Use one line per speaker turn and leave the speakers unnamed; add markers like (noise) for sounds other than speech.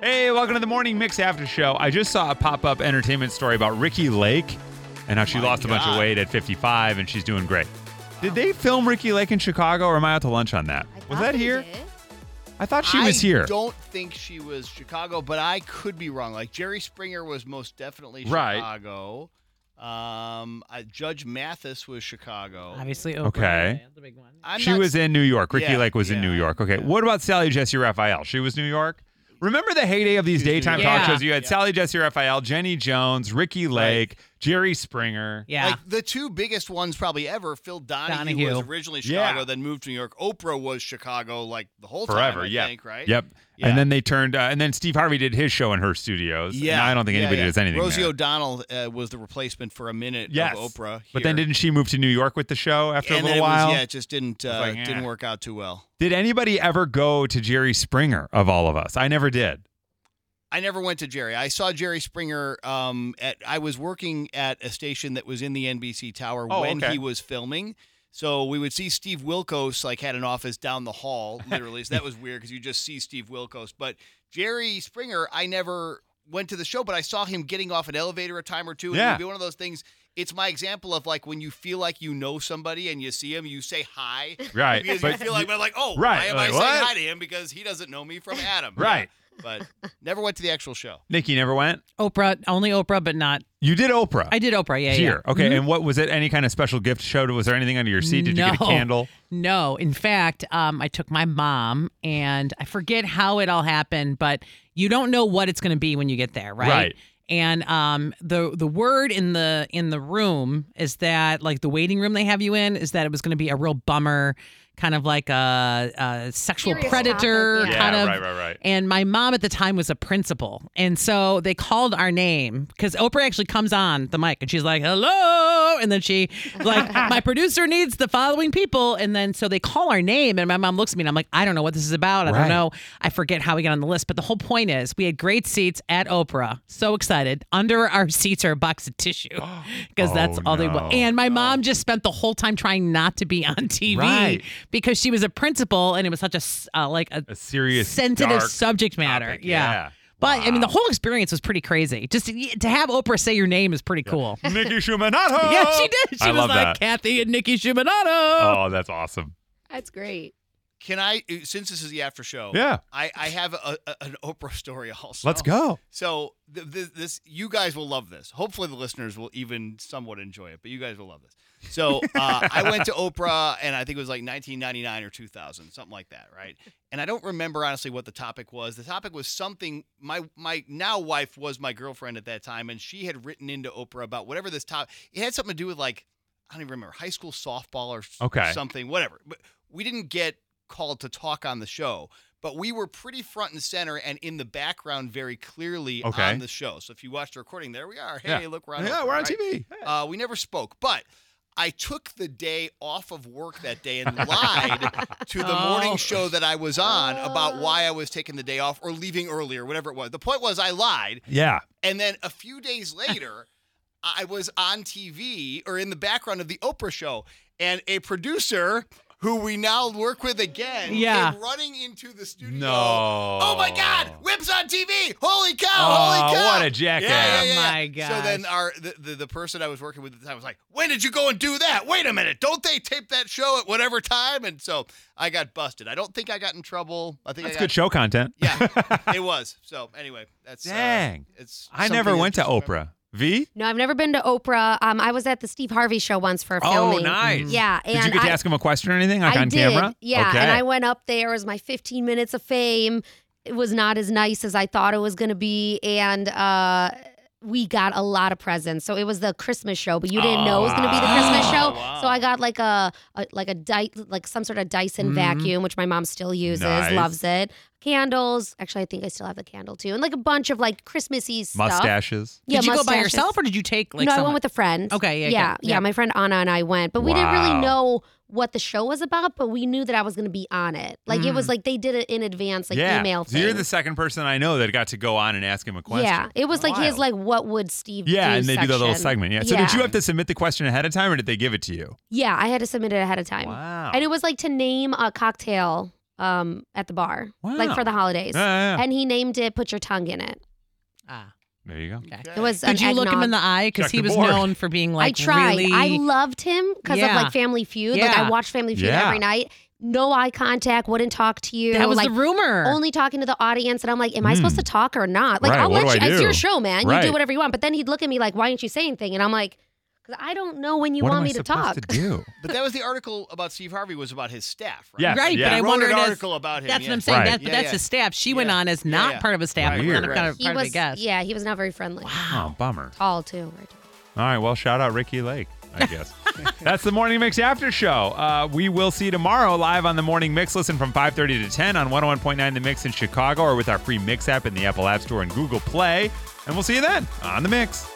Hey, welcome to the morning mix after show. I just saw a pop up entertainment story about Ricky Lake and how she lost a bunch of
God.
weight at 55 and she's doing great. Did they film Ricky Lake in Chicago or am I out to lunch on that?
I
Was
thought
that
they
here?
did.
I thought she was here.
I don't think she was Chicago, but I could be wrong. Like Jerry Springer was most definitely
Right.
Chicago. Um, uh, Judge Mathis was Chicago.
Obviously, Oprah.
Okay.
The big one.
I'm
she
not-
was in New York. Ricky
Yeah,
Lake was in
yeah,
New York. Okay.
yeah.
What about Sally Jesse Raphael? She was New York. Remember the heyday of these
She was New
daytime
York.
talk
Yeah.
shows? You had
Yeah.
Sally Jesse Raphael, Jenny Jones, Ricky Lake, Jerry Springer.
Yeah.
Like the two biggest ones probably ever. Phil Donahue, was
Donahue.
originally
Yeah.
Chicago, then moved to New York. Oprah was Chicago like the whole
Forever,
time. I
yeah.
think, right?
Yep.
Yeah.
And then they turned, uh, and then Steve Harvey did his show in her studios. And
Yeah.
I don't think
Yeah,
anybody
yeah.
does anything.
Rosie
there.
O'Donnell uh, was the replacement for a minute
Yes.
of Oprah.
But then
here.
didn't she move to New York with the show after
and
a
then
little
it was-
while?
yeah, it just didn't uh,
like, eh.
didn't work out too well.
Did anybody ever go to Jerry Springer of all of us? I never did.
I never went to Jerry. I saw Jerry Springer um, at I was working at a station that was in the NBC tower
Oh,
when
okay.
he was filming. So we would see Steve Wilkos like had an office down the hall, literally. so that was weird because you just see Steve Wilkos. But Jerry Springer, I never went to the show, but I saw him getting off an elevator a time or two. And it
Yeah.
would be one of those things. It's my example of like when you feel like you know somebody and you see him, you say hi.
Right.
Because you
but
feel like, but like, oh,
Right,
why am
like,
I saying
what?
hi to him? Because he doesn't know
(laughs)
me from Adam. Yeah
right.
but never went to the actual show.
Nikki never went.
Oprah, only Oprah, but not.
You did Oprah.
I did Oprah. Yeah. Mm-hmm.
here.
Yeah.
Okay. And what was it? Any kind of special gift show? Was there anything under your seat? Did you get a
No.
candle?
No, in fact, um, I took my mom, and I forget how it all happened, but you don't know what it's going to be when you get there, right?
Right.
And um, the the word in the in the room is that like the waiting room they have you in is that it was going to be a real bummer, kind of like a, a sexual
Serious
predator
topic, yeah.
kind of
right, right, right.
and my mom at the time was a principal. And so they called our name because Oprah actually comes on the mic and she's like, hello. And then she,
(laughs)
like, my producer needs the following people. And then so they call our name. And my mom looks at me and I'm like, I don't know what this is about. I
Right.
don't know. I forget how we got on the list. But the whole point is we had great seats at Oprah. So excited. Under our seats are a box of tissue
(gasps)
because that's
Oh,
all they
no.
want. And my mom just spent the whole time trying not to be on TV
Right.
because she was a principal and it was such a, s- uh, like, a
A serious
sensitive
dark
(laughs) subject matter.
topic.
Yeah.
Yeah.
But I mean, the whole experience was pretty crazy. Just to, to have Oprah say your name is
(laughs)
pretty cool. Yeah,
Nikki Shumanato.
she did. She
I
was
love
like
that.
Kathy and Nikki Shumanato.
Oh, that's awesome.
That's great.
Can I, since this is the after show,
Yeah.
I, I have a, a, an Oprah story also.
Let's go.
So th- th- this, you guys will love this. Hopefully, the listeners will even somewhat enjoy it, but you guys will love this. So uh, I went to Oprah, and I think it was like 1999 or 2000, something like that, right? And I don't remember honestly what the topic was. The topic was something. My my now wife was my girlfriend at that time, and she had written into Oprah about whatever this topic. It had something to do with like I don't even remember high school softball or s-
Okay.
something, whatever. But we didn't get called to talk on the show, but we were pretty front and center and in the background very clearly
Okay.
on the show. So if you watch the recording, there we are. Hey,
Yeah.
look, we're on.
Yeah,
Oprah,
we're on
right?
TV.
Uh, we never spoke, but I took the day off of work that day and lied
(laughs)
to the morning
Oh.
show that I was on about
Oh.
why I was taking the day off or leaving early or whatever it was. The point was I lied,
Yeah.
and then a few days later, (laughs) I was on TV or in the background of the Oprah show, and a producer who we now work with again
Yeah.
came running into the studio.
No.
Oh my God! Whips on TV! Holy cow!
Oh,
holy cow!
what a jackass.
Yeah, yeah, yeah,
Oh,
yeah.
my
So then
gosh.
our the, the, the person I was working with at the time was like, "When did you go and do that? Wait a minute! Don't they tape that show at whatever time?" And so I got busted. I don't think I got in trouble. I think
That's
I got
good show content. (laughs)
yeah, it was. So anyway, that's uh,
Dang.
it's
I
something
never
that
went to
just-
Oprah. V?
No, I've never been to Oprah. Um, I was at the Steve Harvey show once for
Oh,
filming.
nice.
Yeah, and
Did you get to
I,
ask him a question or anything like
I
on
did.
camera?
Yeah,
Okay.
and I went up there as my 15 minutes of fame. It was not as nice as I thought it was going to be, and uh, we got a lot of presents. So it was the Christmas show, but you didn't know it was going to be the
Ah,
Christmas show.
Wow.
So I got like a, a like a di- like some sort of Dyson
Mhm.
vacuum, which my mom still uses,
Mm-hmm. Nice.
loves it. Candles. Actually, I think I still have the candle too, and like a bunch of like Christmassy stuff.
Mustaches.
Yeah,
did you go by
mustaches
yourself or did you take like
no, I
someone?
went with a friend.
Okay, yeah,
yeah,
good.
yeah.
Yeah.
My friend Anna and I went, but we didn't
Wow.
really know what the show was about. But we knew that I was going to be on it. Like it was like they did it in advance, like
Mm. yeah.
email.
So
Thing.
you're the second person I know that got to go on and ask him a question.
yeah, it was like
Wild.
his like what would Steve?
Yeah,
do
and they do that little
section.
segment. Yeah. So did you have to submit the question ahead of time, or did they give it to you?
Yeah, I had to submit it ahead of time,
Wow.
and it was like to name a cocktail um, at the bar, like
Wow.
for the holidays.
Yeah, yeah, yeah.
And he named it "Put Your Tongue in It."
Ah.
There you go.
It was. an
Did you look him
eggnog.
in the eye? Because
Check
he
the
was
board.
known for being like
I tried.
really.
I loved him because
Yeah.
of like Family Feud. Like
Yeah.
I watched Family Feud
Yeah.
every night. No eye contact. Wouldn't talk to you.
that was
like,
the rumor.
only talking to the audience and I'm like, am I
Hmm.
supposed to talk or not? Like,
Right,
I'll
what
let
do
you,
I
it's your
do?
show, man. You
Right.
do whatever you want. But then he'd look at me like, why didn't you say anything? And I'm like, because I don't know when you
what
want
am
me
I
to
supposed
talk.
to do?
But that was the article about Steve Harvey was about his staff, right?
Yes,
right,
yeah.
but I
Wrote
wrote
wondered
an
as-
article about him.
That's what
yeah.
I'm saying.
Right.
That, but
Yeah,
that's
yeah.
his staff. She went
Yeah.
on as not
Yeah, yeah.
part of a staff,
Right,
but
right,
kind of-
right.
kind of
(laughs) he
part of a
was,
guest.
yeah, he was not very friendly.
Oh, bummer.
Tall too. Right?
All right. Well, shout out Ricky Lake, I guess. (laughs) That's the Morning Mix After Show. Uh, we will see you tomorrow live on the Morning Mix. Listen from 5.30 to 10 on 101.9 The Mix in Chicago or with our free Mix app in the Apple App Store and Google Play. And we'll see you then on The Mix.